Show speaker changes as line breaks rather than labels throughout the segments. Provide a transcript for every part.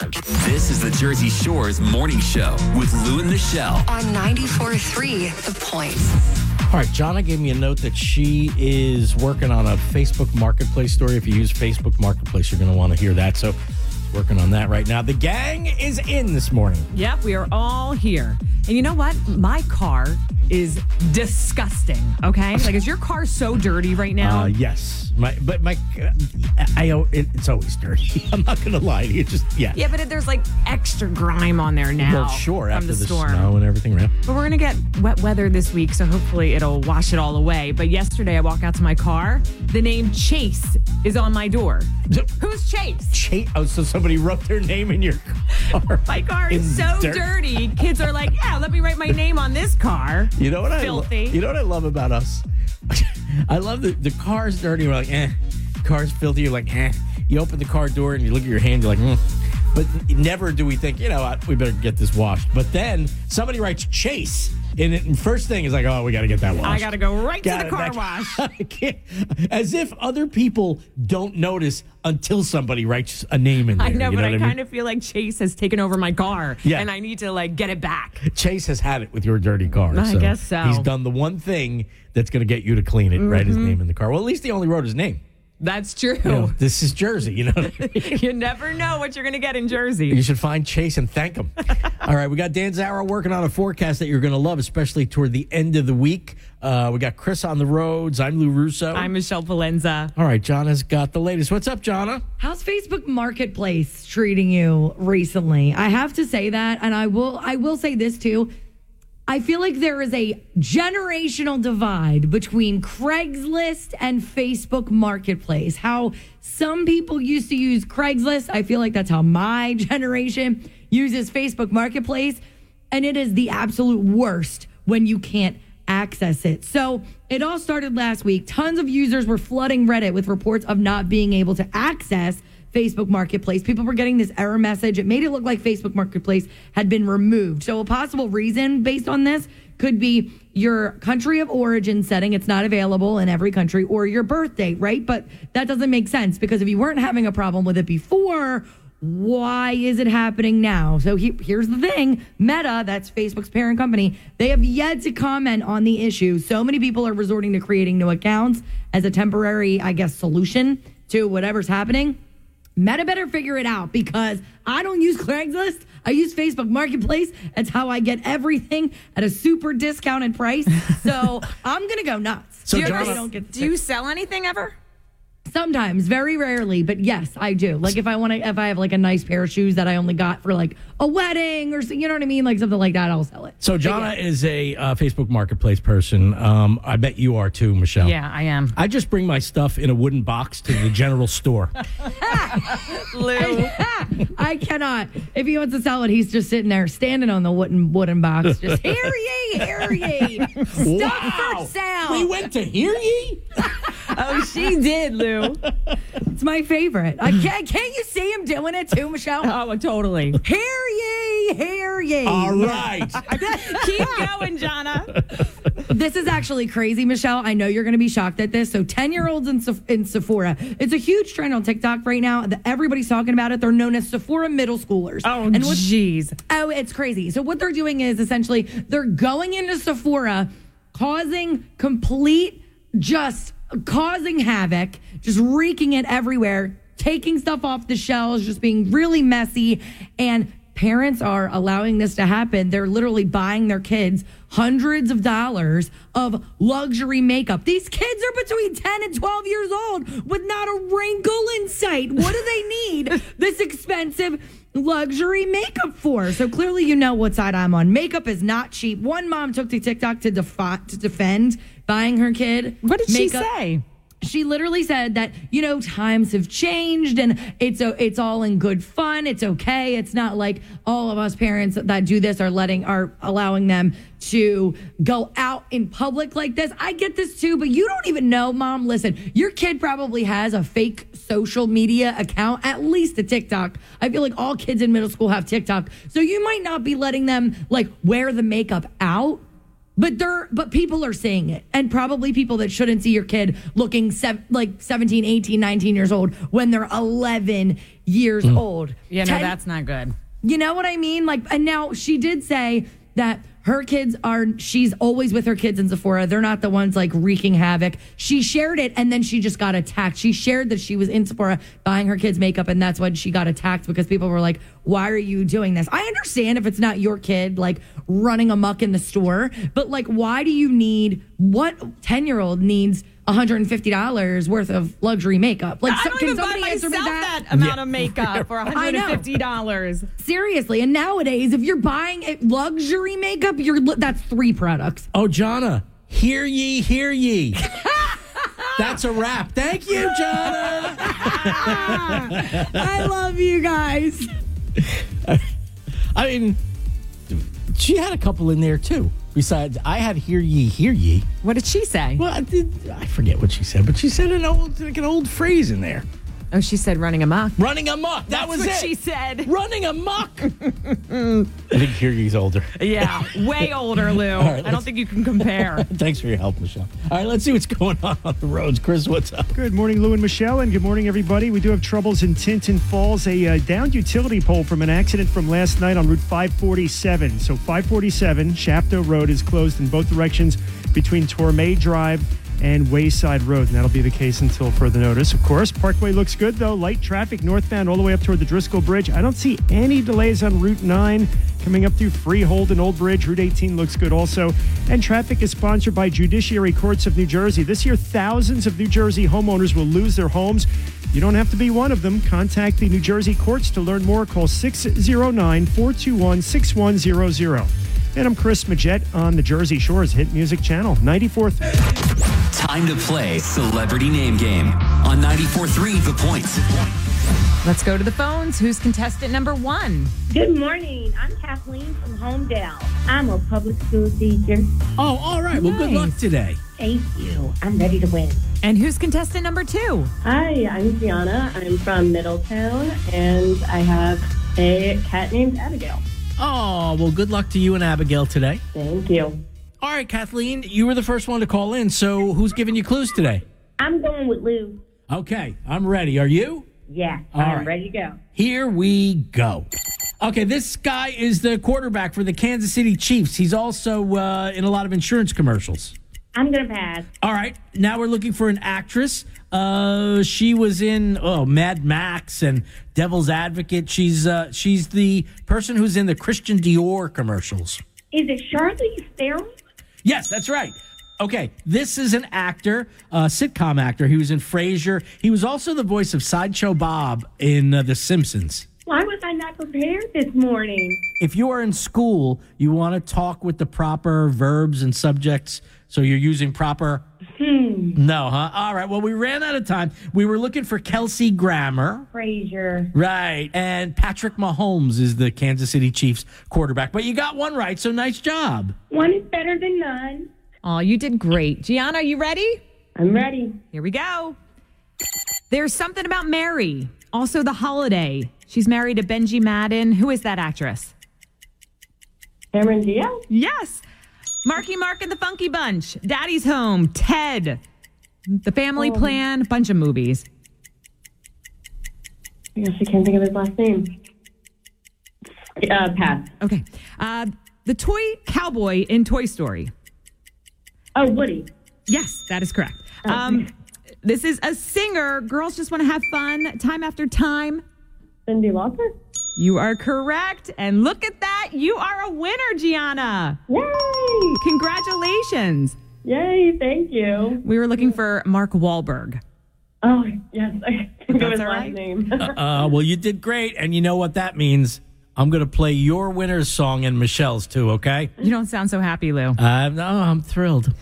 This is the Jersey Shore's morning show with Lou and Michelle.
on 94.3 The Point.
All right, Jonna gave me a note that she is working on a Facebook Marketplace story. If you use Facebook Marketplace, you're going to want to hear that. So, working on that right now. The gang is in this morning.
Yep, we are all here. And you know what? My car is disgusting. Okay, like is your car so dirty right now?
Uh, yes, my but my, I, I it, it's always dirty. I'm not going to lie to you. Just yeah.
yeah, but it, there's like extra grime on there now.
Well, sure.
from
After
the,
the,
storm.
snow and everything, right?
But we're gonna get wet weather this week, so hopefully it'll wash it all away. But yesterday, I walk out to my car. The name Chase is on my door. Who's Chase?
Cha- oh, so somebody wrote their name in your car.
My car is
In
so
dirt.
dirty. Kids are like, yeah, let me write my name on this car.
You know what I lo-
Filthy.
You know what I love about us? I love that the car's dirty. We're like, eh. Car's filthy. You're like, eh. You open the car door and you look at your hand. You're like, mm. but never do we think, you know what? We better get this washed. But then somebody writes Chase, and, it, and first thing is like, oh, we got to get that washed.
I gotta go right
Got
to the
it.
car
That-
wash.
I can't- As if other people don't notice until somebody writes a name in there.
I know,
you
but I,
what mean?
kind of feel like Chase has taken over my car,
Yeah.
and I need to like get it back.
Chase has had it with your dirty car.
I guess so.
He's done the one thing that's going to get you to clean it. Write his
Mm-hmm.
name in the car. Well, at least he only wrote his name.
That's true.
You know, this is Jersey. You know, what I mean?
you never know what you're gonna get in
you
Jersey.
should find Chase and thank him. All right, we got Dan Zara working on a forecast that you're going to love, especially toward the end of the week. Uh, we got Chris on the roads. I'm Lou Russo.
I'm Michelle Valenza.
All right, Jonna's got the latest. What's up, Jonna?
How's Facebook Marketplace treating you recently? I have to say that, and I will. I will say this too. I feel like there is a generational divide between Craigslist and Facebook Marketplace. How some people used to use Craigslist, I feel like that's how my generation uses Facebook Marketplace, and it is the absolute worst when you can't access it. So it all started last week. Tons of users were flooding Reddit with reports of not being able to access Facebook Marketplace. People were getting this error message. It made it look like Facebook Marketplace had been removed. So, a possible reason based on this could be your country of origin setting. It's not available in every country or your birthday, right? But that doesn't make sense because if you weren't having a problem with it before, why is it happening now? So he, here's the thing Meta, that's Facebook's parent company, they have yet to comment on the issue. So many people are resorting to creating new accounts as a temporary, I guess, solution to whatever's happening. Meta better figure it out because I don't use Craigslist. I use Facebook Marketplace. That's how I get everything at a super discounted price. So I'm going to go nuts.
So,
If I
Jonna-
don't get
Do you sell anything ever?
Sometimes, very rarely, but yes, I do. Like if I want to, if I have like a nice pair of shoes that I only got for like a wedding or so, you know what I mean, like something like that, I'll sell it.
So, Jonna is a uh, Facebook Marketplace person. Um, I bet you are too, Michelle.
Yeah, I am.
I just bring my stuff in a wooden box to the general store.
Lou.
I cannot. If he wants to sell it, he's just sitting there, standing on the wooden wooden box, just here ye, here ye, stuff
Wow.
for sale.
We went to hear ye?
oh, she did, Lou.
it's my favorite. I can't. Can't you see him doing it too, Michelle?
Oh, totally.
Here ye, here ye.
All right.
Keep going, Jonna.
This is actually crazy, Michelle. I know you're going to be shocked at this. So, 10 year olds in, Seph- in Sephora. It's a huge trend on TikTok right now. that Everybody's talking about it. They're known as Sephora middle schoolers.
Oh,
and what's
jeez.
Oh, it's crazy. So what they're doing is essentially they're going into Sephora, causing complete just causing havoc, just wreaking it everywhere, taking stuff off the shelves, just being really messy and parents are allowing this to happen. They're literally buying their kids hundreds of dollars of luxury makeup. These kids are between 10 and 12 years old with not a wrinkle in sight. What do they need this expensive luxury makeup for. So clearly, you know what side I'm on. Makeup is not cheap. One mom took to TikTok to, defi- to defend buying her kid.
What did she
makeup.
say?
She literally said that you know times have changed and it's a, it's all in good fun. It's okay. It's not like all of us parents that do this are letting are allowing them to go out in public like this. I get this too, but you don't even know, mom. Listen, your kid probably has a fake social media account, at least a TikTok. I feel like all kids in middle school have TikTok, so you might not be letting them like wear the makeup out. But they're but people are saying it and probably people that shouldn't see your kid looking sev- like 17, 18, 19 years old when they're 11 years old.
Yeah, no,
Ten-
that's not good.
You know what I mean? Like, and now she did say that her kids are, she's always with her kids in Sephora. They're not the ones like wreaking havoc. She shared it and then she just got attacked. She shared that she was in Sephora buying her kids makeup and that's when she got attacked because people were like, why are you doing this? I understand if it's not your kid like running amok in the store, but like, why do you need, what 10 year old needs $150 worth of luxury makeup? Like,
I
so-
don't
can
even buy
somebody answer
myself
me that?
that amount of makeup for
I know.
$150.
Seriously, and nowadays, if you're buying a luxury makeup, you're li- that's three products.
Oh, Jonna, hear ye, hear ye. That's a wrap. Thank you, Jonna.
I love you guys.
I mean, she had a couple in there too. Besides, I had hear ye, hear ye.
What did she say?
Well, I, did, I forget what she said, but she said an old, like an old phrase in there.
Oh, she said running amok.
Running amok. That was
what
it.
she said.
Running amok. I think hear ye's older.
Yeah, way older, Lou. I don't
let's-
think you can compare.
Thanks for your help, Michelle. All right, let's see what's going on on the roads. Chris, what's up?
Good morning, Lou and Michelle, and good morning, everybody. We do have troubles in Tinton Falls. A uh, downed utility pole from an accident from last night on Route 547. So 547 Shafto Road is closed in both directions between Torme Drive and Wayside Road, and that'll be the case until further notice. Of course, Parkway looks good though. Light traffic northbound all the way up toward the Driscoll Bridge. I don't see any delays on Route 9 coming up through Freehold and Old Bridge. Route 18 looks good also. And traffic is sponsored by Judiciary Courts of New Jersey. This year, thousands of New Jersey homeowners will lose their homes. You don't have to be one of them. Contact the New Jersey courts to learn more. Call 609 421 6100. And I'm Chris Majette on the Jersey Shores Hit Music Channel, 94th.
Time to play Celebrity Name Game on 94.3 The Point.
Let's go to the phones. Who's contestant number one?
Good morning. I'm Kathleen from Homedale. I'm a public school teacher.
Oh, all right. Well, good luck today.
Thank you. I'm ready to win.
And who's contestant number two?
Hi, I'm Gianna. I'm from Middletown, and I have a cat named Abigail.
Oh, well, good luck to you and Abigail today.
Thank you.
All right, Kathleen, you were the first one to call in. So who's giving you clues today?
I'm going with Lou.
Okay, I'm ready. Are you?
Yeah,
right.
I'm ready to go.
Here we go. Okay, this guy is the quarterback for the Kansas City Chiefs. He's also uh, in a lot of insurance commercials.
I'm going to pass.
All right, now we're looking for an actress. Uh, she was in oh Mad Max and Devil's Advocate. She's uh, she's the person who's in the Christian Dior commercials.
Is it Charlize Theron?
Yes, that's right. Okay, this is an actor, a sitcom actor. He was in Frasier. He was also the voice of Sideshow Bob in uh, The Simpsons.
Why was I not prepared this morning?
If you are in school, you want to talk with the proper verbs and subjects, so you're using proper. No, huh? All right. Well, we ran out of time. We were looking for Kelsey Grammer.
Frasier.
Right. And Patrick Mahomes is the Kansas City Chiefs quarterback. But you got one right, so nice job.
One is better than none.
Oh, you did great. Gianna, are you ready?
I'm ready.
Here we go. There's something about Mary. Also, the holiday. She's married to Benji Madden. Who is that actress?
Cameron Diaz.
Yes. Marky Mark and the Funky Bunch. Daddy's Home. Ted. The
Oh.
Family Plan. Bunch of movies.
I guess I can't think of his last name. Uh, pass.
Okay. Uh, the toy cowboy in Toy Story.
Oh, Woody.
Yes, that is correct.
Oh.
Um, this is a singer. Girls just want to have fun time after time.
Cindy Lauper?
You are correct. And look at that. You are a winner, Gianna.
Yay!
Congratulations.
Yay, thank you.
We were looking for Mark Wahlberg.
Oh, yes, I think it
That's
was
all
my
right.
name.
Uh, well, you did great. And you know what that means? I'm going to play your winner's song and Michelle's too, okay?
You don't sound so happy, Lou.
Uh, no, I'm thrilled.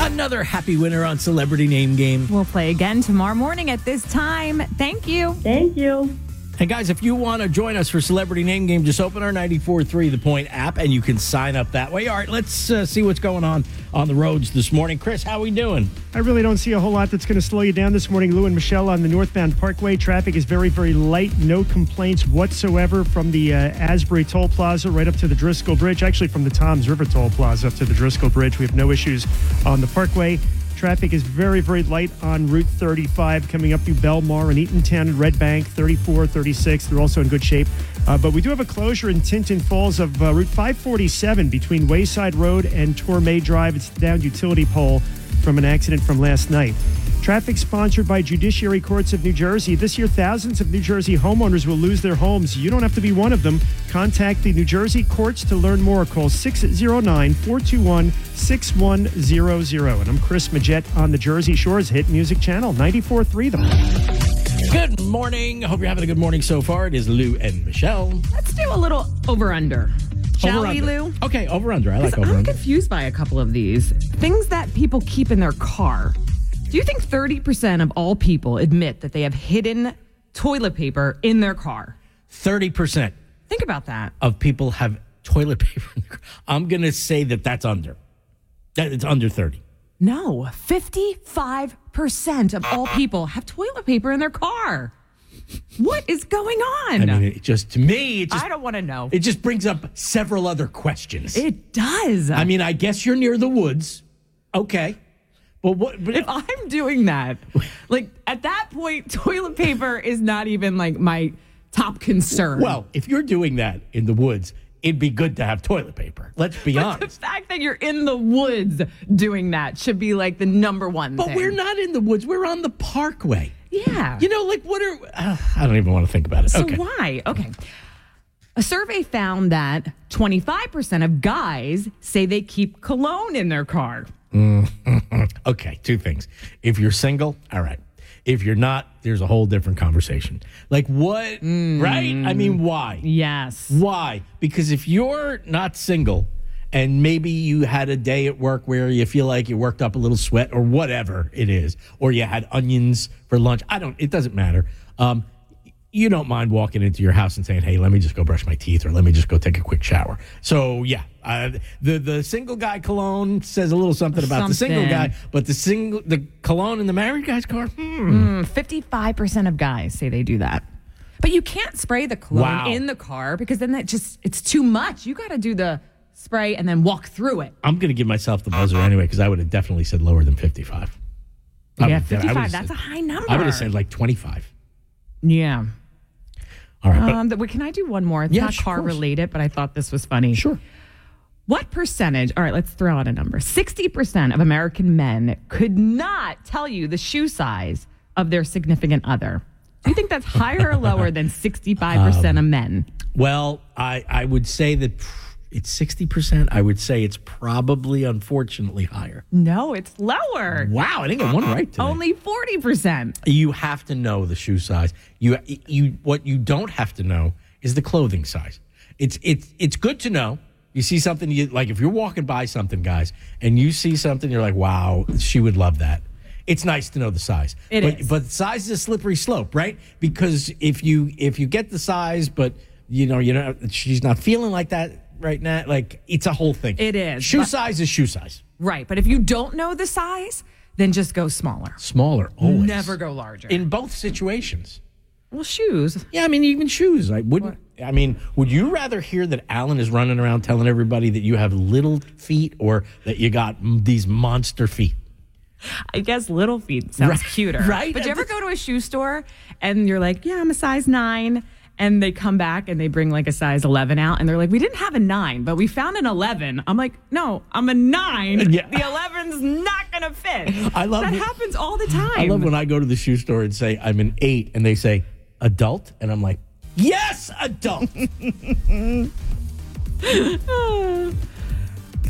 Another happy winner on Celebrity Name Game.
We'll play again tomorrow morning at this time. Thank you.
thank you.
And guys, if you want to join us for Celebrity Name Game, just open our 94.3 The Point app and you can sign up that way. All right, let's uh, see what's going on on the roads this morning. Chris, how we doing?
I really don't see a whole lot that's going to slow you down this morning. Lou and Michelle on the northbound Parkway. Traffic is very, very light. No complaints whatsoever from the uh, Asbury Toll Plaza right up to the Driscoll Bridge. Actually, from the Toms River Toll Plaza up to the Driscoll Bridge. We have no issues on the Parkway. Traffic is very, very light on Route 35 coming up through Belmar and Eatontown and Red Bank, 34, 36. They're also in good shape. Uh, but we do have a closure in Tinton Falls of uh, Route 547 between Wayside Road and Tormay Drive. It's down utility pole from an accident from last night. Traffic sponsored by Judiciary Courts of New Jersey. This year, thousands of New Jersey homeowners will lose their homes. You don't have to be one of them. Contact the New Jersey courts to learn more. Call 609 421 6100. And I'm Chris Majette on the Jersey Shores Hit Music Channel 94.3. The-
Good morning. Hope you're having a good morning so far. It is Lou and Michelle.
Let's do a little over under. Shall
Over
we,
under.
Lou?
Okay, over under. I like over
I'm
under.
confused by a couple of these things that people keep in their car. Do you think 30% of all people admit that they have hidden toilet paper in their car?
30%
Think about that.
of people have toilet paper in their car. I'm going to say that that's under. That it's under 30.
No, 55% of all people have toilet paper in their car. What is going on?
I mean, it just to me, it just
I don't want to know.
it just brings up several other questions.
It does.
I mean, I guess you're near the woods. Okay. But what but
if I'm doing that, like at that point, toilet paper is not even like my top concern.
well, if you're doing that in the woods, it'd be good to have toilet paper. Let's be
But the
honest.
fact that you're in the woods doing that should be like the number one
But
thing.
we're not in the woods. We're on the parkway.
Yeah.
You know, like what are uh, I don't even want to think about it.
so
okay.
why? Okay. A survey found that 25% of guys say they keep cologne in their car.
Okay, two things. If you're single, all right. If you're not, there's a whole different conversation. Like what? Right? I mean, why?
Yes.
Why? Because if you're not single and maybe you had a day at work where you feel like you worked up a little sweat or whatever it is, or you had onions for lunch, I don't, it doesn't matter. Um, you don't mind walking into your house and saying, "Hey, let me just go brush my teeth," or "Let me just go take a quick shower." So, yeah, uh, the the single guy cologne says a little something about the single
Something.
guy, but the single the cologne in the married guy's car, hmm.
55% of guys say they do that. But you can't spray the cologne
Wow.
in the car because then that just it's too much. You got to do the spray and then walk through it.
I'm going to give myself the
Uh-huh.
buzzer anyway because I would have definitely said lower than 55. Um, I
yeah,
would've- I would've
55,
said-
that's a high number.
I would have said like 25.
Yeah.
All right. But
Um, but wait, can I do one more? It's
Yeah,
not
sure, of
car
course.
related, but I thought this was funny.
sure.
What percentage? All right, let's throw out a number. 60% of American men could not tell you the shoe size of their significant other. Do you think that's higher or lower than 65%
Um,
of men?
Well, I, I would say that pr- it's 60%. I would say it's probably, unfortunately, higher.
No, it's lower.
Wow. I didn't get one right today.
Only 40%.
you have to know the shoe size. You, you, what you don't have to know is the clothing size. It's, it's, it's good to know. You see something, you, like if you're walking by something, guys, and you see something, you're like, wow, she would love that. It's nice to know the size.
It
but,
is.
but size is a slippery slope, right? Because if you if you get the size, but you know you know she's not feeling like that right now, like it's a whole thing.
It is,
Shoe
but-
size is shoe size.
Right. But if you don't know the size, then just go smaller.
Smaller, always.
Never go larger.
in both situations.
well, shoes.
Yeah, I mean, even shoes. I wouldn't. I mean, would you rather hear that Alan is running around telling everybody that you have little feet or that you got m- these monster feet?
I guess little feet sounds
Right,
cuter.
right?
But you ever go to a shoe store and you're like, yeah, I'm a size nine. And they come back and they bring like a size 11 out and they're like, we didn't have a nine, but we found an 11. I'm like, no, I'm a nine.
Yeah.
The 11's not going to fit.
I love
that.
it.
happens all the time.
I love when I go to the shoe store and say I'm an eight, and they say adult, and I'm like, yes, adult. it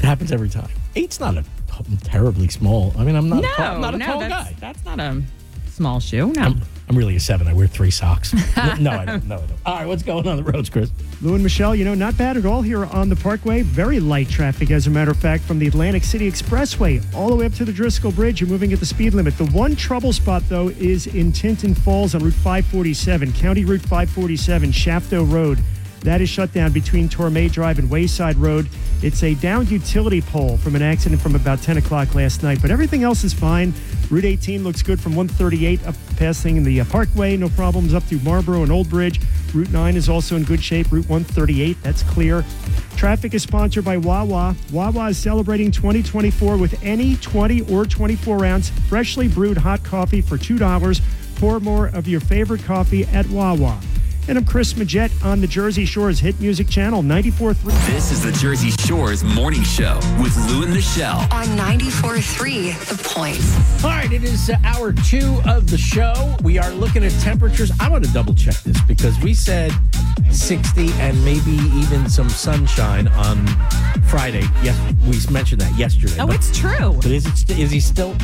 happens every time. Eight's not a t- terribly small. I mean, I'm not. a
no,
tall- I'm not a
no,
tall
that's,
guy.
that's not a small shoe. No.
I'm really a seven. I wear three socks. no, I don't. No, I don't. All right, what's going on the roads, Chris?
Lou and Michelle, you know, not bad at all here on the Parkway. Very light traffic, as a matter of fact, from the Atlantic City Expressway all the way up to the Driscoll Bridge. You're moving at the speed limit. The one trouble spot, though, is in Tinton Falls on Route 547, County Route 547, Shafto Road. That is shut down between Tormay Drive and Wayside Road. It's a downed utility pole from an accident from about 10 o'clock last night, but everything else is fine. Route 18 looks good from 138 up passing the uh, Parkway, no problems up through Marlboro and Old Bridge. Route 9 is also in good shape. Route 138, that's clear. Traffic is sponsored by Wawa. Wawa is celebrating 2024 with any 20 or 24 ounce freshly brewed hot coffee for $2. Pour more of your favorite coffee at Wawa. And I'm Chris Majette on the Jersey Shore's hit music channel 94.3.
This is the Jersey Shore's morning show with Lou and Michelle.
On 94.3, The Point.
All right, it is uh, hour two of the show. We are looking at temperatures. I want to double check this because we said 60 and maybe even some sunshine on Friday. Yes, we mentioned that yesterday.
Oh,
but-
it's true.
But is it st- is he still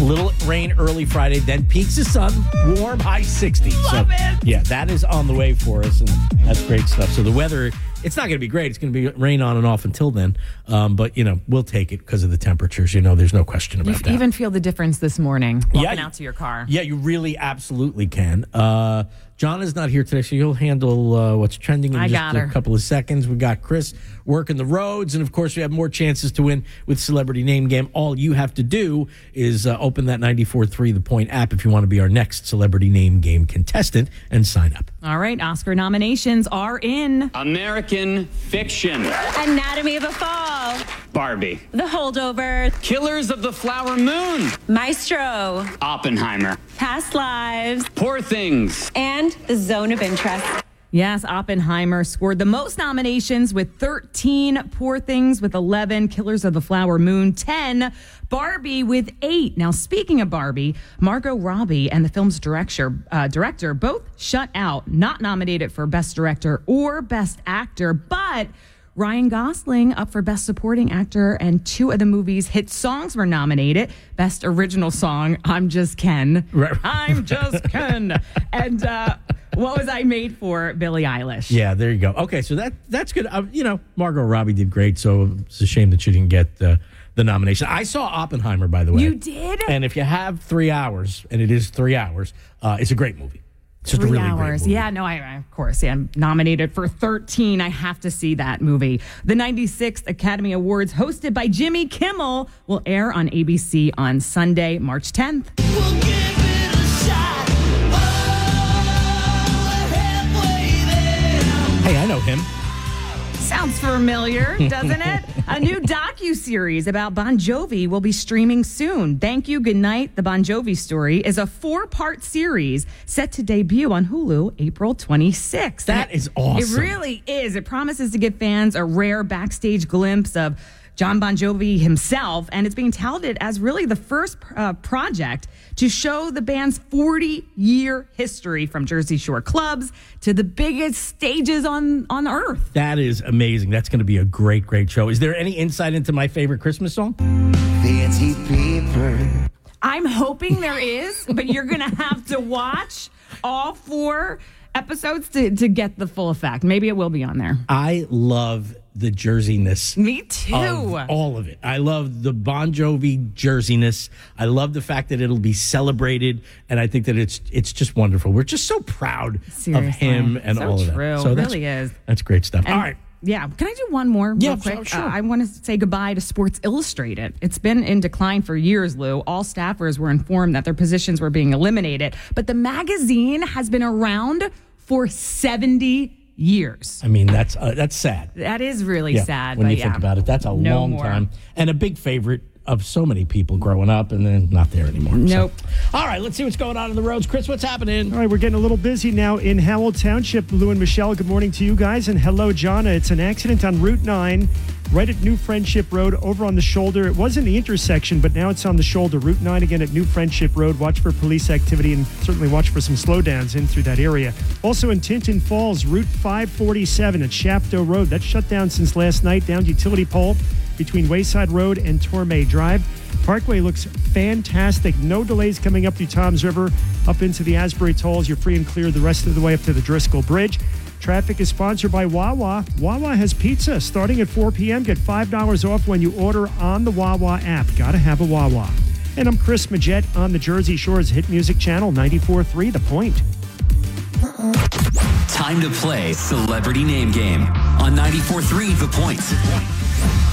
little rain early Friday, then peaks the sun, warm high 60. so yeah, that is on the way for us, and that's great stuff. So the weather, it's not going to be great. It's going to be rain on and off until then. Um, but you know, we'll take it because of the temperatures. You know, there's no question about
You
that.
even feel the difference this morning walking
you-
out to your car.
Yeah, you really absolutely can. Uh, John is not here today, so you'll handle uh, what's trending in
I
just
got
a
her.
couple of seconds. We got Chris working the roads, and of course, we have more chances to win with Celebrity Name Game. All you have to do is uh, open that 94.3 The Point app if you want to be our next Celebrity Name Game contestant and sign up.
All right, Oscar nominations are in.
American fiction.
Anatomy of a Fall,
Barbie.
The Holdover,
Killers of the Flower Moon.
Maestro,
Oppenheimer.
Past Lives,
Poor Things.
and The Zone of Interest.
Yes, Oppenheimer scored the most nominations with 13, Poor Things with 11, Killers of the Flower Moon 10, Barbie with 8. Now, speaking of Barbie, Margot Robbie and the film's director, uh, director both shut out, not nominated for Best Director or Best Actor, but Ryan Gosling up for Best Supporting Actor, and two of the movie's hit songs were nominated. Best Original Song, I'm Just Ken.
Right.
I'm Just Ken. And uh, What Was I Made For, Billie Eilish.
Yeah, there you go. Okay, so that that's good. Uh, you know, Margot Robbie did great, so it's a shame that she didn't get uh, the nomination. I saw Oppenheimer, by the way.
You did?
And if you have three hours, and it is three hours, uh, it's a great movie. It's just
Three
a really
hours.
great movie.
Yeah, no, I, I- of course. Yeah, I'm nominated for 13. I have to see that movie. The 96th Academy Awards, hosted by Jimmy Kimmel, will air on ABC on Sunday, March 10th.
Hey, I know him.
Sounds familiar, doesn't it? A new docu-series about Bon Jovi will be streaming soon. Thank you, good night. The Bon Jovi story is a four-part series set to debut on Hulu April 26th.
That is awesome.
It really is. It promises to give fans a rare backstage glimpse of John Bon Jovi himself, and it's being touted as really the first uh, project to show the band's 40 year history from Jersey Shore clubs to the biggest stages on, on earth.
That is amazing. That's going to be a great, great show. Is there any insight into my favorite Christmas song?
Fancy paper.
I'm hoping there is, but you're going to have to watch all four episodes to, to get the full effect. Maybe it will be on there.
I love the jerseyness.
Me too.
of all of it. I love the Bon Jovi jerseyness. I love the fact that it'll be celebrated, and I think that it's it's just wonderful. We're just so proud of
Seriously.
him and
So
all of
true.
that. that's-
Really is.
That's great stuff.
And-
all right.
Yeah. Can I do one more?
Yeah,
real quick?
sure, sure.
Uh, I want to say goodbye to Sports Illustrated. It's been in decline for years, Lou. All staffers were informed that their positions were being eliminated, but the magazine has been around for 70 years.
I mean, that's uh, that's sad.
That is really
Yeah,
sad.
When
but
you
yeah.
think about it, that's a
No
long
more.
time and a big favorite of so many people growing up, and then not there anymore. So-
Nope. Mm.
All right, let's see what's going on in the roads, Chris. What's happening?
All right, we're getting a little busy now in Howell Township. Lou and Michelle, good morning to you guys. And hello, Jonna. It's an accident on Route 9, right at New Friendship Road, over on the shoulder. It was in the intersection, but now it's on the shoulder. Route 9 again at New Friendship Road. Watch for police activity and certainly watch for some slowdowns in through that area. Also in Tinton Falls, Route 547 at Shafto Road. That's shut down since last night, down utility pole between Wayside Road and Tormay Drive. Parkway looks fantastic. No delays coming up through Toms River, up into the Asbury Tolls. You're free and clear the rest of the way up to the Driscoll Bridge. Traffic is sponsored by Wawa. Wawa has pizza starting at 4 p.m. Get $5 off when you order on the Wawa app. Gotta have a Wawa. And I'm Chris Majette on the Jersey Shore's hit music channel 94.3 The Point.
Time to play Celebrity Name Game on 94.3 The Point.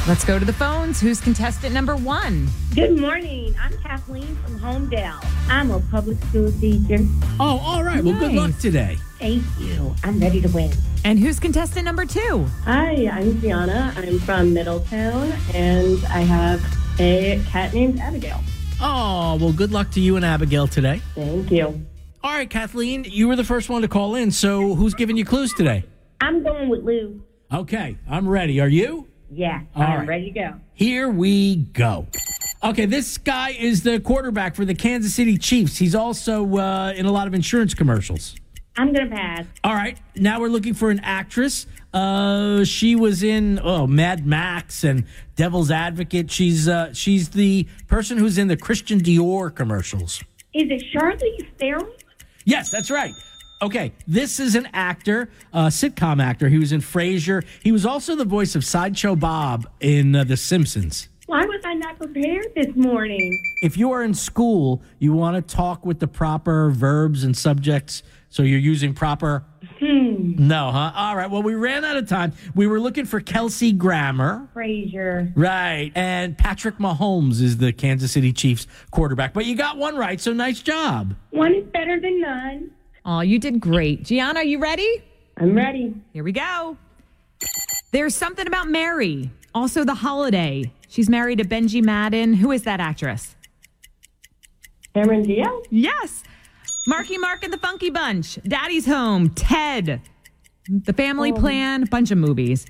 Let's go to the phones. Who's contestant number one?
Good morning. I'm Kathleen from Homedale. I'm a public school teacher.
Oh, all right. Well, good luck today.
Thank you. I'm ready to win.
And who's contestant number two?
Hi, I'm Gianna. I'm from Middletown, and I have a cat named Abigail.
Oh, well, good luck to you and Abigail today.
Thank you.
All right, Kathleen, you were the first one to call in. So who's giving you clues today?
I'm going with Lou.
Okay, I'm ready. Are you?
Yeah,
All
I'm
right.
ready to go.
Here we go. Okay, this guy is the quarterback for the Kansas City Chiefs. He's also uh, in a lot of insurance commercials.
I'm going to pass.
All right, now we're looking for an actress. Uh, she was in oh Mad Max and Devil's Advocate. She's uh, she's the person who's in the Christian Dior commercials.
Is it Charlize Theron?
Yes, that's right. Okay, this is an actor, a sitcom actor. He was in Frasier. He was also the voice of Sideshow Bob in uh, The Simpsons.
Why was I not prepared this morning?
If you are in school, you want to talk with the proper verbs and subjects, so you're using proper. No, huh? All right. Well, we ran out of time. We were looking for Kelsey Grammer.
Frasier.
Right. And Patrick Mahomes is the Kansas City Chiefs quarterback. But you got one right, so nice job.
One is better than none.
Oh, you did great. Gianna, you ready?
I'm ready.
Here we go. There's something about Mary. Also, the holiday. She's married to Benji Madden. Who is that actress?
Cameron Diaz?
Yes. Marky Mark and the Funky Bunch. Daddy's Home. Ted. The Family Plan. Bunch of movies.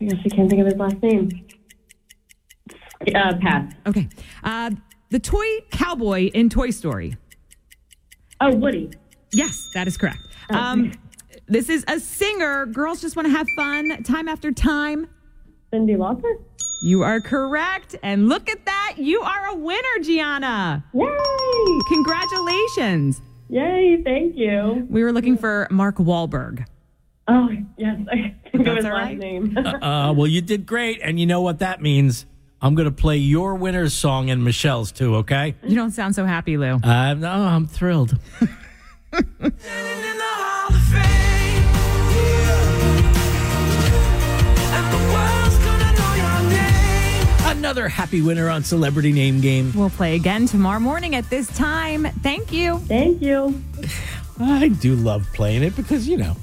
I guess I can't think of his last name. Uh, pass.
Okay. Uh, the toy cowboy in Toy Story.
Oh, Woody.
Yes, that is correct. Um, this is a singer. Girls just want to have fun time after time.
Cindy Lauper?
You are correct. And look at that. You are a winner, Gianna.
Yay!
Congratulations.
Yay, thank you.
We were looking for Mark Wahlberg.
Oh, yes, I think of
That's
his
all
last
right.
name.
Uh, well, you did great, and you know what that means. I'm going to play your winner's song and Michelle's too. Okay?
You don't sound so happy, Lou.
Uh, no, I'm thrilled. Another happy winner on Celebrity Name Game.
We'll play again tomorrow morning at this time. Thank you.
thank you.
I do love playing it because you know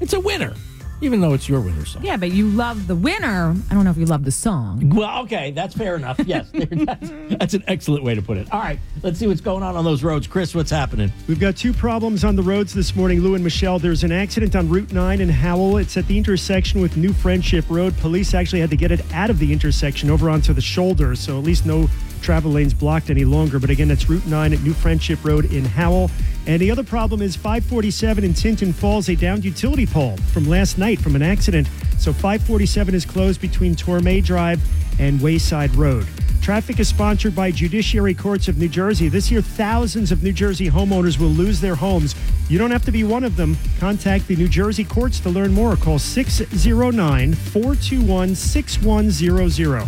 it's a winner, even though it's your winner song.
Yeah, but you love the winner. I don't know if you love the song.
Well, okay, that's fair enough. Yes, that's, that's an excellent way to put it. All right, let's see what's going on on those roads, Chris. What's happening?
We've got two problems on the roads this morning, Lou and Michelle. There's an accident on Route 9 in Howell. It's at the intersection with New Friendship Road. Police actually had to get it out of the intersection over onto the shoulder, so at least no travel lanes blocked any longer. But again, that's Route 9 at New Friendship Road in Howell. And the other problem is 547 in Tinton Falls, a downed utility pole from last night from an accident. So 547 is closed between Tormay Drive and Wayside Road. Traffic is sponsored by Judiciary Courts of New Jersey. This year, thousands of New Jersey homeowners will lose their homes. You don't have to be one of them. Contact the New Jersey courts to learn more. Call 609 421 6100.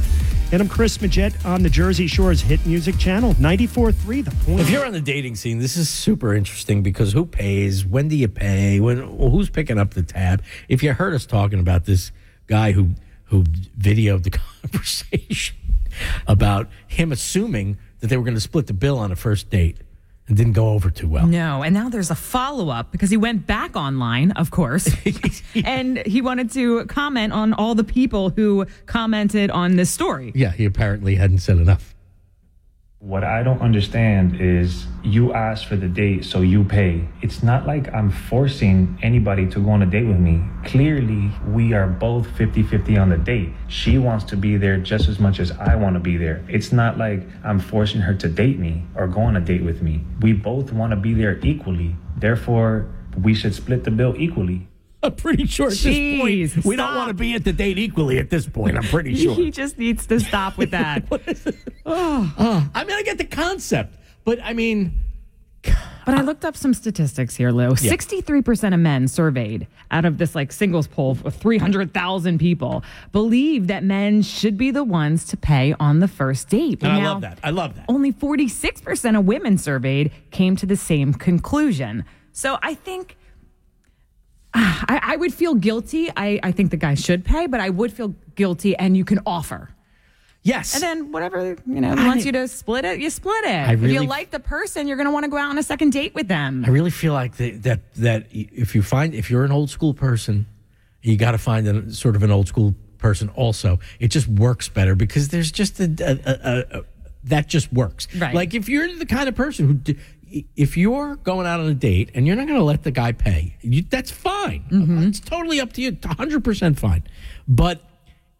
And I'm Chris Majette on the Jersey Shore's hit music channel, 94.3 The
If
Point.
you're on the dating scene, this is super interesting because who pays? When do you pay? When who's picking up the tab? If you heard us talking about this guy who who videoed the conversation about him assuming that they were going to split the bill on a first date and didn't go over too well.
No, and now there's a follow up because he went back online, of course, and he wanted to comment on all the people who commented on this story.
Yeah, he apparently hadn't said enough.
What I don't understand is you asked for the date, so you pay. It's not like I'm forcing anybody to go on a date with me. Clearly, we are both 50 50 on the date. She wants to be there just as much as I want to be there. It's not like I'm forcing her to date me or go on a date with me. We both want to be there equally. Therefore, we should split the bill equally.
I'm pretty sure at this point
Jeez,
we don't
stop.
want to be at the date equally at this point. I'm pretty sure.
He just needs to stop with that.
What is it? I mean, I get the concept, but I mean,
But I looked up some statistics here, Lou. Sixty-three percent of men surveyed out of this like singles poll of three hundred thousand people believe that men should be the ones to pay on the first date.
and I
Now, Oh,
love that. I love that.
Only forty-six percent of women surveyed came to the same conclusion. So I think. ah, I, I would feel guilty. I, I think the guy should pay, but I would feel guilty, and you can offer.
Yes.
And then whatever, you know, wants you to split it, you split it. if
really-
you like the person, you're going to want to go out on a second date with them.
I really feel like the, that that if you find if you're an old school person, you got to find a, sort of an old school person. Also, it just works better because there's just a, a, a, a that just works.
Right.
Like if you're the kind of person who, d- if you're going out on a date and you're not going to let the guy pay, you, that's fine. It's totally up to you. Hundred percent fine. But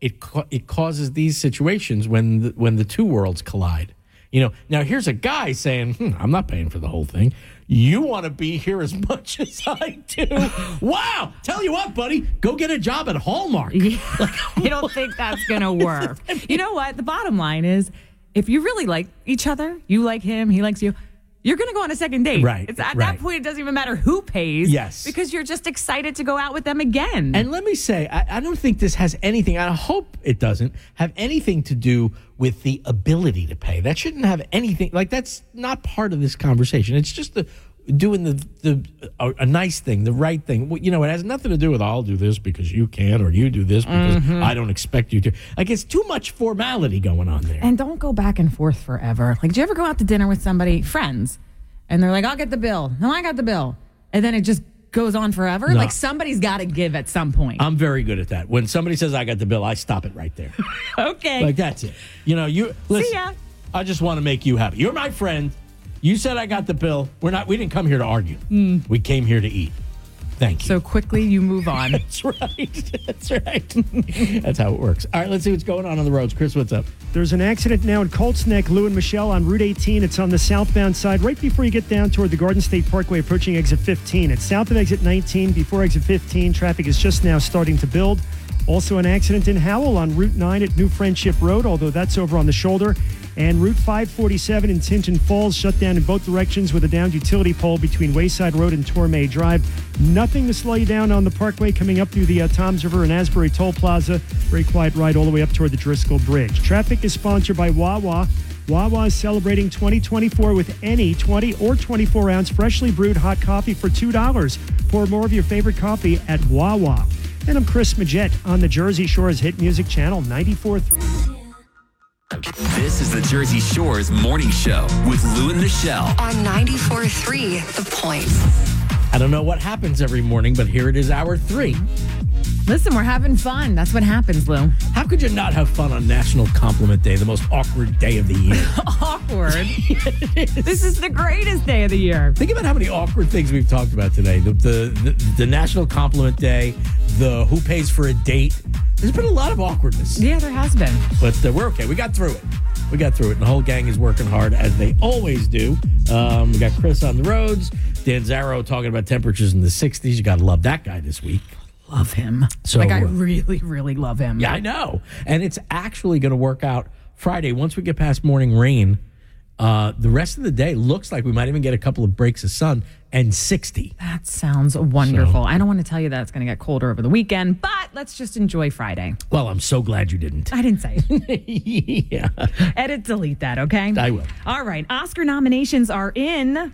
it ca- it causes these situations when the, when the two worlds collide. You know, now here's a guy saying, hmm, "I'm not paying for the whole thing. You want to be here as much as I do? wow! Tell you what, buddy, go get a job at Hallmark.
I don't think that's going to work. You know what? The bottom line is if you really like each other, you like him, he likes you, you're going to go on a second date.
Right,
It's, at
right.
that point, it doesn't even matter who pays.
Yes.
Because you're just excited to go out with them again.
And let me say, I, I don't think this has anything, I hope it doesn't have anything to do with the ability to pay. That shouldn't have anything, like, that's not part of this conversation. It's just the doing the, the a, a nice thing, the right thing. Well, You know, it has nothing to do with, I'll do this because you can, or you do this because I don't expect you to. Like, it's too much formality going on there.
And don't go back and forth forever. Like, do you ever go out to dinner with somebody, friends, and they're like, I'll get the bill. No, I got the bill. And then it just goes on forever. Like, somebody's got to give at some point.
I'm very good at that. When somebody says, I got the bill, I stop it right there.
okay.
Like that's it. You know, you listen.
ya.
I just want to make you happy. You're my friend. You said I got the bill. We're not. We didn't come here to argue. We came here to eat. Thank you.
Hmm. so quickly, you move on.
that's right. That's right. that's how it works. All right. Let's see what's going on on the roads. Chris, what's up?
There's an accident now in Colts Neck, Lou and Michelle on Route 18. It's on the southbound side, right before you get down toward the Garden State Parkway, approaching exit 15. It's south of exit 19, before exit 15. Traffic is just now starting to build. Also, an accident in Howell on Route 9 at New Friendship Road, although that's over on the shoulder. And Route 547 in Tinton Falls shut down in both directions with a downed utility pole between Wayside Road and Tormay Drive. Nothing to slow you down on the parkway coming up through the uh, Toms River and Asbury Toll Plaza. Very quiet ride all the way up toward the Driscoll Bridge. Traffic is sponsored by Wawa. Wawa is celebrating 2024 with any 20 or 24 ounce freshly brewed hot coffee for $2. Pour more of your favorite coffee at Wawa. And I'm Chris Majette on the Jersey Shore's hit music channel 94.3.
This is the Jersey Shore's morning show with Lou and Michelle.
On 94.3, The Point.
I don't know what happens every morning, but here it is, hour three.
Listen, we're having fun. That's what happens, Lou.
How could you not have fun on National Compliment Day, the most awkward day of the year?
Awkward. this is the greatest day of the year.
Think about how many awkward things we've talked about today. The, the, the, the National Compliment Day, the who pays for a date. There's been a lot of awkwardness.
Yeah, there has been.
But uh, we're okay. We got through it. We got through it. And the whole gang is working hard as they always do. Um, we got Chris on the roads, Dan Zarrow talking about temperatures in the 60s. You got to love that guy this week.
Love him.
So,
like, I
uh,
really, really love him.
Yeah, I know. And it's actually going to work out Friday. Once we get past morning rain, uh, the rest of the day looks like we might even get a couple of breaks of sun and 60.
That sounds wonderful. I don't want to tell you that it's going to get colder over the weekend, but let's just enjoy Friday.
Well, I'm so glad you didn't.
I didn't say it.
yeah.
Edit, delete that, okay?
I will.
All right. Oscar nominations are in.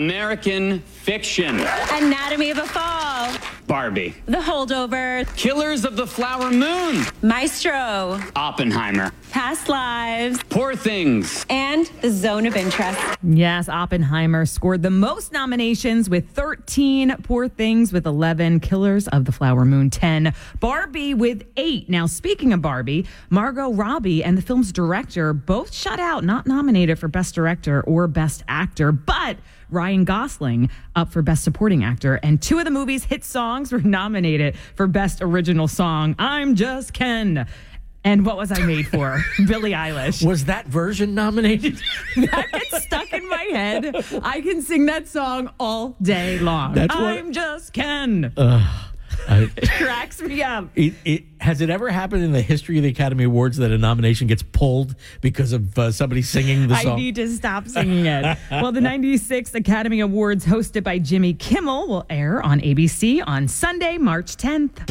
American Fiction.
Anatomy of a Fall.
Barbie.
The Holdover.
Killers of the Flower Moon.
Maestro.
Oppenheimer.
Past Lives.
Poor Things.
And The Zone of Interest.
Yes, Oppenheimer scored the most nominations with 13, Poor Things with 11, Killers of the Flower Moon 10, Barbie with 8. Now, speaking of Barbie, Margot Robbie and the film's director both shut out, not nominated for Best Director or Best Actor, but Ryan Gosling up for Best Supporting Actor, and two of the movie's hit songs were nominated for Best Original Song, I'm Just Ken. And what was I made for? Billie Eilish
Was that version nominated?
that gets stuck in my head. I can sing that song all day long.
That's what-
I'm just Ken. cracks me up.
It, it, has it ever happened in the history of the Academy Awards that a nomination gets pulled because of uh, somebody singing the
I
song?
need to stop singing it. well, the 96th Academy Awards, hosted by Jimmy Kimmel, will air on ABC on Sunday, March 10th.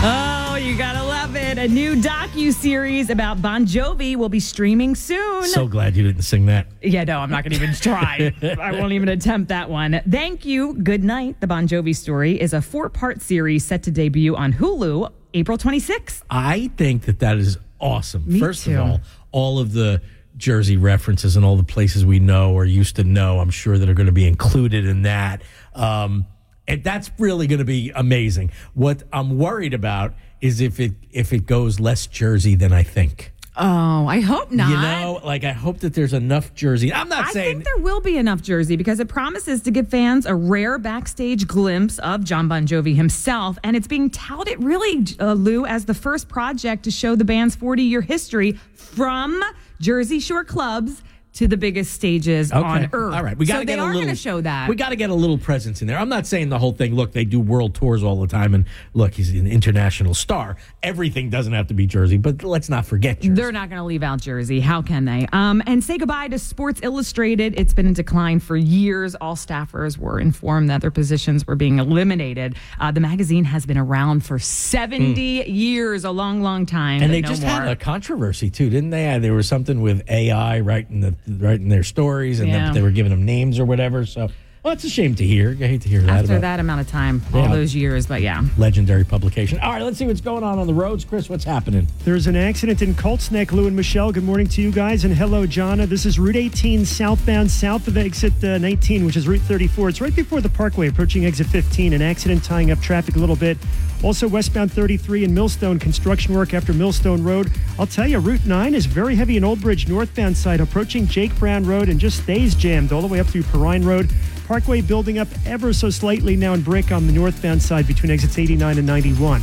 Oh, you gotta love it. A new docu series about Bon Jovi will be streaming soon.
so glad you didn't sing that.
Yeah, no, I'm not going to even try. I won't even attempt that one. Thank you. Good night. The Bon Jovi story is a four part series set to debut on Hulu April 26th.
I think that that is awesome. First
too.
of all, all of the Jersey references and all the places we know or used to know, I'm sure that are going to be included in that. Um, and that's really going to be amazing. What I'm worried about is if it if it goes less Jersey than I think.
Oh, I hope not.
You know, like I hope that there's enough Jersey. I'm not
I
saying
think there will be enough Jersey because it promises to give fans a rare backstage glimpse of John Bon Jovi himself. And it's being touted, really, uh, Lou, as the first project to show the band's 40 year history from Jersey Shore clubs to the biggest stages on earth.
All right, we got to
so
get
they
a
are
little.
going to show that.
We got to get a little presence in there. I'm not saying the whole thing. Look, they do world tours all the time, and look, he's an international star. Everything doesn't have to be Jersey, but let's not forget Jersey.
They're not going to leave out Jersey. How can they? Um, and say goodbye to Sports Illustrated. It's been in decline for years. All staffers were informed that their positions were being eliminated. Uh, the magazine has been around for 70 years, a long, long time.
Hmm. and
but
they
no
just
more.
had a controversy too, didn't they? Uh, There was something with AI writing the writing their stories, and
Yeah.
then they were giving them names or whatever. So, well, it's a shame to hear. I hate to hear that.
after
about
that amount of time, all
Yeah.
those years. But yeah.
Legendary publication. All right, let's see what's going on on the roads, Chris. What's happening?
There's an accident in Colts Neck, Lou and Michelle. Good morning to you guys, and hello, Jonna. This is Route 18 southbound, south of exit uh, 19, which is Route 34. It's right before the Parkway, approaching exit 15. An accident tying up traffic a little bit. Also, westbound 33 in Millstone, construction work after Millstone Road. I'll tell you, Route 9 is very heavy in Old Bridge, northbound side, approaching Jake Brown Road, and just stays jammed all the way up through Perrine Road. Parkway building up ever so slightly now in Brick on the northbound side between exits 89 and 91.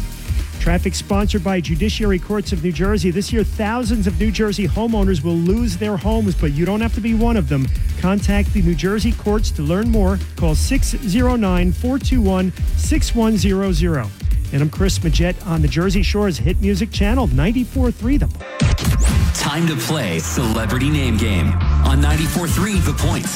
Traffic sponsored by Judiciary Courts of New Jersey. This year, thousands of New Jersey homeowners will lose their homes, but you don't have to be one of them. Contact the New Jersey courts to learn more. Call 609 421 6100. And I'm Chris Majette on the Jersey Shores Hit Music Channel 94.3 The
Time to play Celebrity Name Game on 94.3 The Point.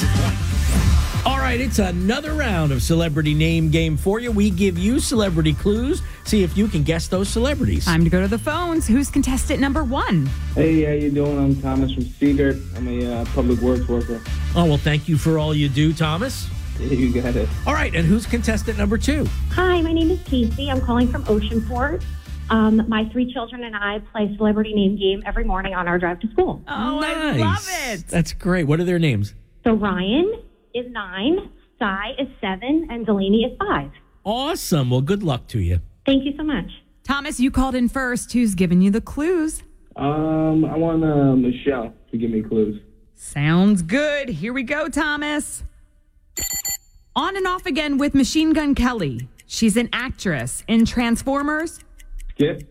All right, it's another round of celebrity name game for you. We give you celebrity clues. See if you can guess those celebrities.
Time to go to the phones. Who's contestant number one?
Hey, how you doing? I'm Thomas from Cedar. I'm a uh, public works worker.
oh, well, thank you for all you do, Thomas.
You got it.
All right, and who's contestant number two?
Hi, my name is Casey. I'm calling from Oceanport. Um, my three children and I play celebrity name game every morning on our drive to school.
Oh, I love it. That's great. What are their names?
So Ryan is nine, Cy is seven, and Delaney is five.
Awesome. Well, good luck to you.
Thank you so much.
Thomas, you called in first. Who's giving you the clues?
Um, I want uh, Michelle to give me clues.
Sounds good. Here we go, Thomas. On and off again with Machine Gun Kelly. She's an actress in Transformers.
Skip.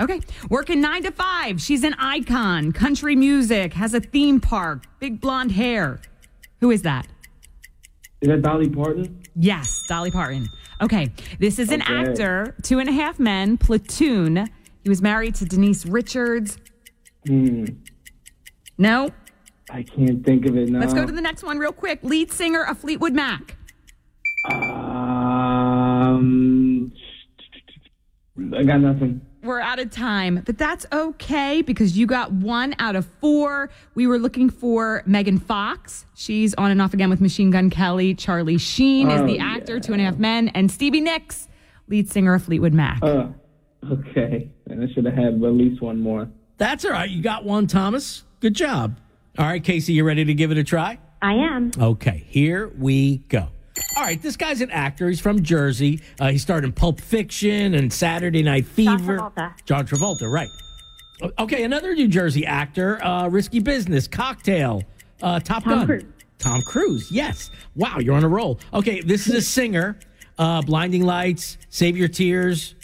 Okay. Working nine to five. She's an icon. Country music. Has a theme park. Big blonde hair. Who is that?
Is that Dolly Parton?
Yes, Dolly Parton. Okay. This is an
Okay.
actor, two and a half men, platoon. He was married to Denise Richards.
Hmm.
No.
I can't think of it now.
Let's go to the next one real quick. Lead singer of Fleetwood Mac.
Um, I got nothing.
We're out of time, but that's okay because you got one out of four. We were looking for Megan Fox. She's on and off again with Machine Gun Kelly. Charlie Sheen is
Oh,
the actor, Two and a Half Men, and Stevie Nicks, lead singer of Fleetwood Mac.
Uh, okay. And I should have had at least one more.
That's all right. You got one, Thomas. Good job. All right, Casey, you ready to give it a try?
I am.
Okay, here we go. All right, this guy's an actor. He's from Jersey. Uh, he starred in Pulp Fiction and Saturday Night
John
Fever.
Travolta.
John Travolta, right. O- Okay, another New Jersey actor, uh, Risky Business, Cocktail, uh, Top
Tom
Gun.
Cruise.
Tom Cruise, yes. Wow, you're on a roll. Okay, this is a singer, uh, Blinding Lights, Save Your Tears.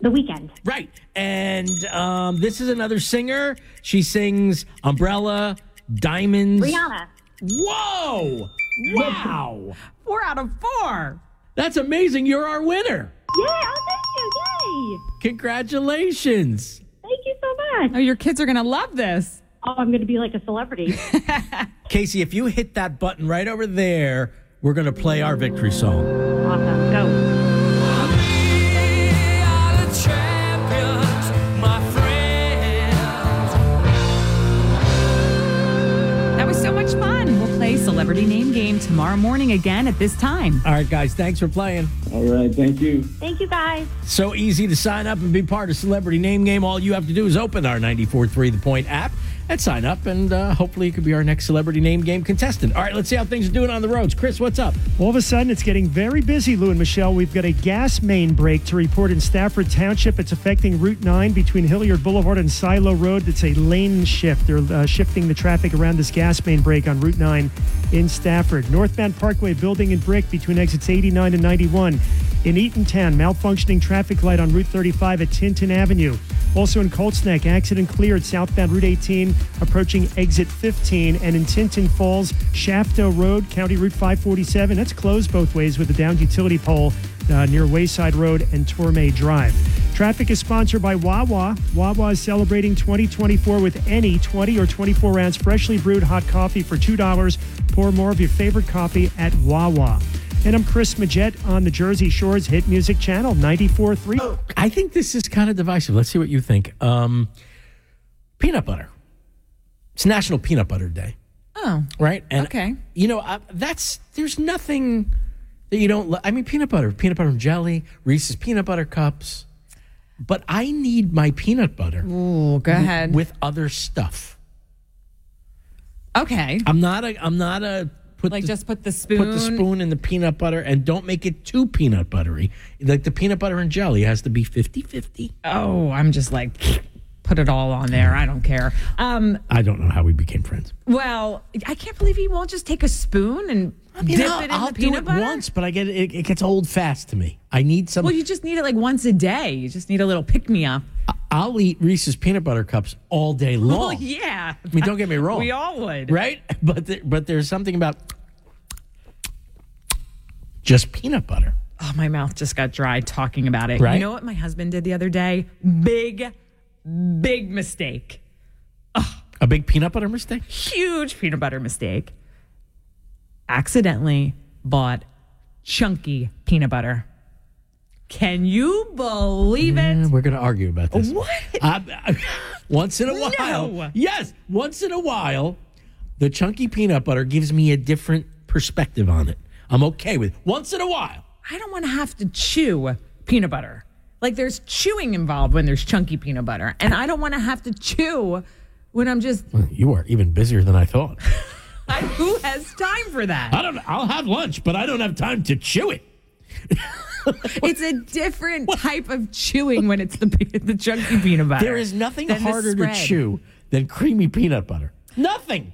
The weekend.
Right. And um, this is another singer. She sings Umbrella, Diamonds.
Rihanna.
Whoa! Wow.
Four out of four.
That's amazing. You're our winner.
Yay! Oh,
Congratulations.
thank you! Yay! Thank you so much.
Oh, your kids are going to love this.
Oh, I'm going to be like a celebrity.
Casey, if you hit that button right over there, we're going to play our victory song.
awesome. Go.
That was so much fun. We'll play Celebrity Name Game tomorrow morning again at this time.
All right, guys, thanks for playing.
All right, thank you.
Thank you, guys.
So easy to sign up and be part of Celebrity Name Game. All you have to do is open our 94.3 The Point app and sign up, and uh, hopefully you could be our next Celebrity Name Game contestant. All right, let's see how things are doing on the roads. Chris, what's up?
All of a sudden, it's getting very busy, Lou and Michelle. We've got a gas main break to report in Stafford Township. It's affecting Route 9 between Hilliard Boulevard and Silo Road. It's a lane shift. They're uh, shifting the traffic around this gas main break on Route 9 in Stafford. Northbound Parkway building and brick between exits 89 and 91. In Eatontown, malfunctioning traffic light on Route 35 at Tinton Avenue. Also in Colts Neck, accident cleared southbound Route 18, approaching exit 15, and in Tinton Falls, Shafto Road, County Route 547. That's closed both ways with a downed utility pole uh, near Wayside Road and Torme Drive. Traffic is sponsored by Wawa. Wawa is celebrating 2024 with any 20 or 24 ounce freshly brewed hot coffee for $2. Pour more of your favorite coffee at Wawa. And I'm Chris Majette on the Jersey Shore's Hit Music Channel 94.3.
I think this is kind of divisive. Let's see what you think. Um, peanut butter. It's National Peanut Butter Day,
Oh,
right? And
okay.
you know I, that's there's nothing that you don't. lo- I mean, peanut butter, peanut butter and jelly, Reese's peanut butter cups. But I need my peanut butter
Ooh, Oh, go ahead.
with other stuff.
okay.
I'm not a. I'm not a. Put
Like
the,
just put the spoon.
put the spoon in the peanut butter and don't make it too peanut buttery. Like the peanut butter and jelly has to be 50-50.
Oh, I'm just like, put it all on there. I don't care. Um,
I don't know how we became friends.
well, I can't believe you won't just take a spoon and
You
dip
know,
it in
I'll
the peanut
do it
butter.
once, but I get it, it gets old fast to me. I need some.
Well, you just need it like once a day. You just need a little pick me up.
I'll eat Reese's peanut butter cups all day long.
Well, yeah.
Oh, I mean, don't get me wrong.
We all would.
right? But th- but there's something about just peanut butter.
Oh, my mouth just got dry talking about it.
Right?
You know what my husband did the other day? Big, big mistake.
A big peanut butter mistake.
Huge peanut butter mistake. Accidentally bought chunky peanut butter. Can you believe it?
And we're going to argue about this.
What?
I, I- once in a while.
No.
Yes, once in a while, the chunky peanut butter gives me a different perspective on it. I'm okay with once in a while.
I don't want to have to chew peanut butter. Like there's chewing involved when there's chunky peanut butter, and I don't want to have to chew when I'm just.
You are even busier than I thought.
I, who has time for that?
I don't. I'll have lunch, but I don't have time to chew it.
It's a different type of chewing when it's the pe- the chunky peanut butter.
There is nothing
than the
harder to
spread.
chew than creamy peanut butter. Nothing.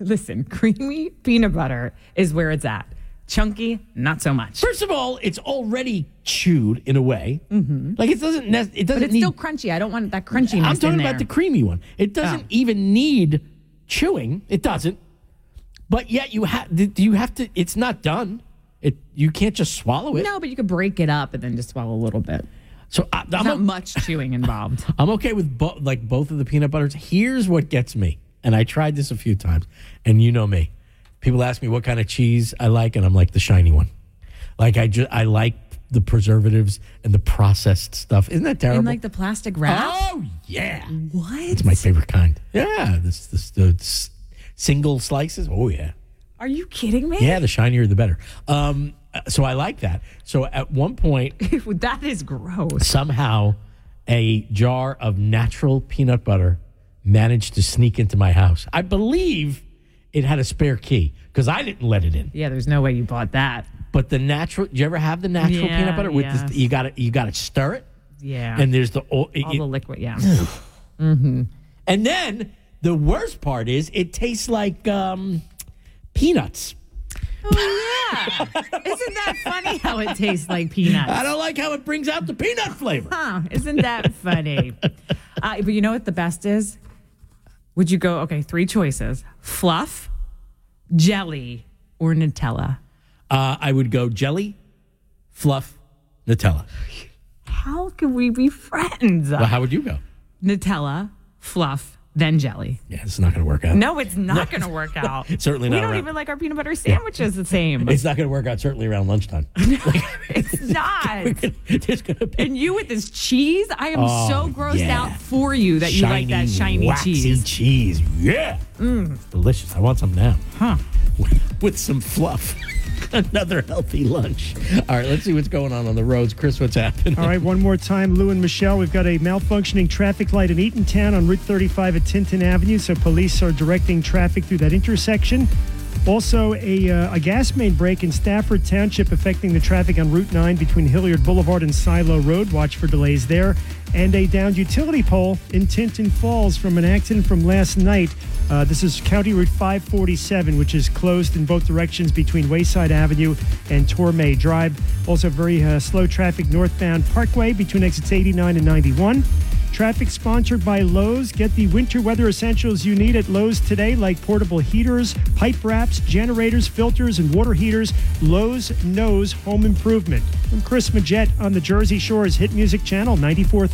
Listen, creamy peanut butter is where it's at. Chunky, not so much.
First of all, it's already chewed in a way. Like it doesn't. nec- It doesn't
Mm-hmm. But it's
need.
still crunchy. I don't want that crunchiness.
I'm
in
talking
there. Oh.
about the creamy one. It doesn't even need chewing. It doesn't. But yet you have. Do you have to? It's not done. It. You can't just swallow it.
No, but you could break it up and then just swallow a little bit.
So I, I'm
Not
o-
much chewing involved.
I'm okay with bo- like both of the peanut butters. Here's what gets me, and I tried this a few times, and you know me. People ask me what kind of cheese I like, and I'm like the shiny one. Like I just I like the preservatives and the processed stuff. Isn't that terrible?
In like the plastic wrap.
oh yeah,
What?
it's my favorite kind. Yeah, this this the s- single slices. Oh yeah.
Are you kidding me?
Yeah, the shinier the better. Um, uh, so I like that. So at one point,
that is gross.
somehow a jar of natural peanut butter managed to sneak into my house. I believe it had a spare key because I didn't let it in.
Yeah, there's no way you bought that.
But the natural, do you ever have the natural
Yeah,
peanut butter with
yes.
this, you got to you got to stir it,
Yeah.
and there's the oil,
all the liquid, yeah. Oh,
and then the worst part is it tastes like um, peanuts.
oh, yeah. Isn't that funny how it tastes like peanuts?
I don't like how it brings out the peanut flavor.
Huh, isn't that funny? uh, but you know what the best is? Would you go, okay, three choices fluff, jelly, or Nutella?
Uh, I would go jelly, fluff, Nutella.
How can we be friends?
Well, how would you go?
Nutella, fluff, then jelly.
Yeah, it's not going to work out.
No, it's not going to work out.
Certainly
We
not
don't
around-
even like our peanut butter sandwiches the same.
It's not going to work out certainly around lunchtime.
It's not.
There's going to be
and you with this cheese, I am
Oh,
so grossed
yeah.
out for you that you like that shiny
waxy
cheese.
cheese. Yeah.
Mm.
Delicious. I want some now.
Huh.
With some fluff. Another healthy lunch. All right, let's see what's going on on the roads. Chris, what's happening?
All right, one more time, Lou and Michelle. We've got a malfunctioning traffic light in Eatontown on Route 35 at Tinton Avenue, so police are directing traffic through that intersection. Also, a, uh, a gas main break in Stafford Township affecting the traffic on Route 9 between Hilliard Boulevard and Silo Road. Watch for delays there. And a downed utility pole in Tinton Falls from an accident from last night. Uh, this is County Route 547, which is closed in both directions between Wayside Avenue and Tormay Drive. Also, very uh, slow traffic northbound Parkway between exits 89 and 91. Traffic sponsored by Lowe's. Get the winter weather essentials you need at Lowe's today, like portable heaters, pipe wraps, generators, filters, and water heaters. Lowe's knows home improvement. From Chris Majette on the Jersey Shore's Hit Music Channel 94.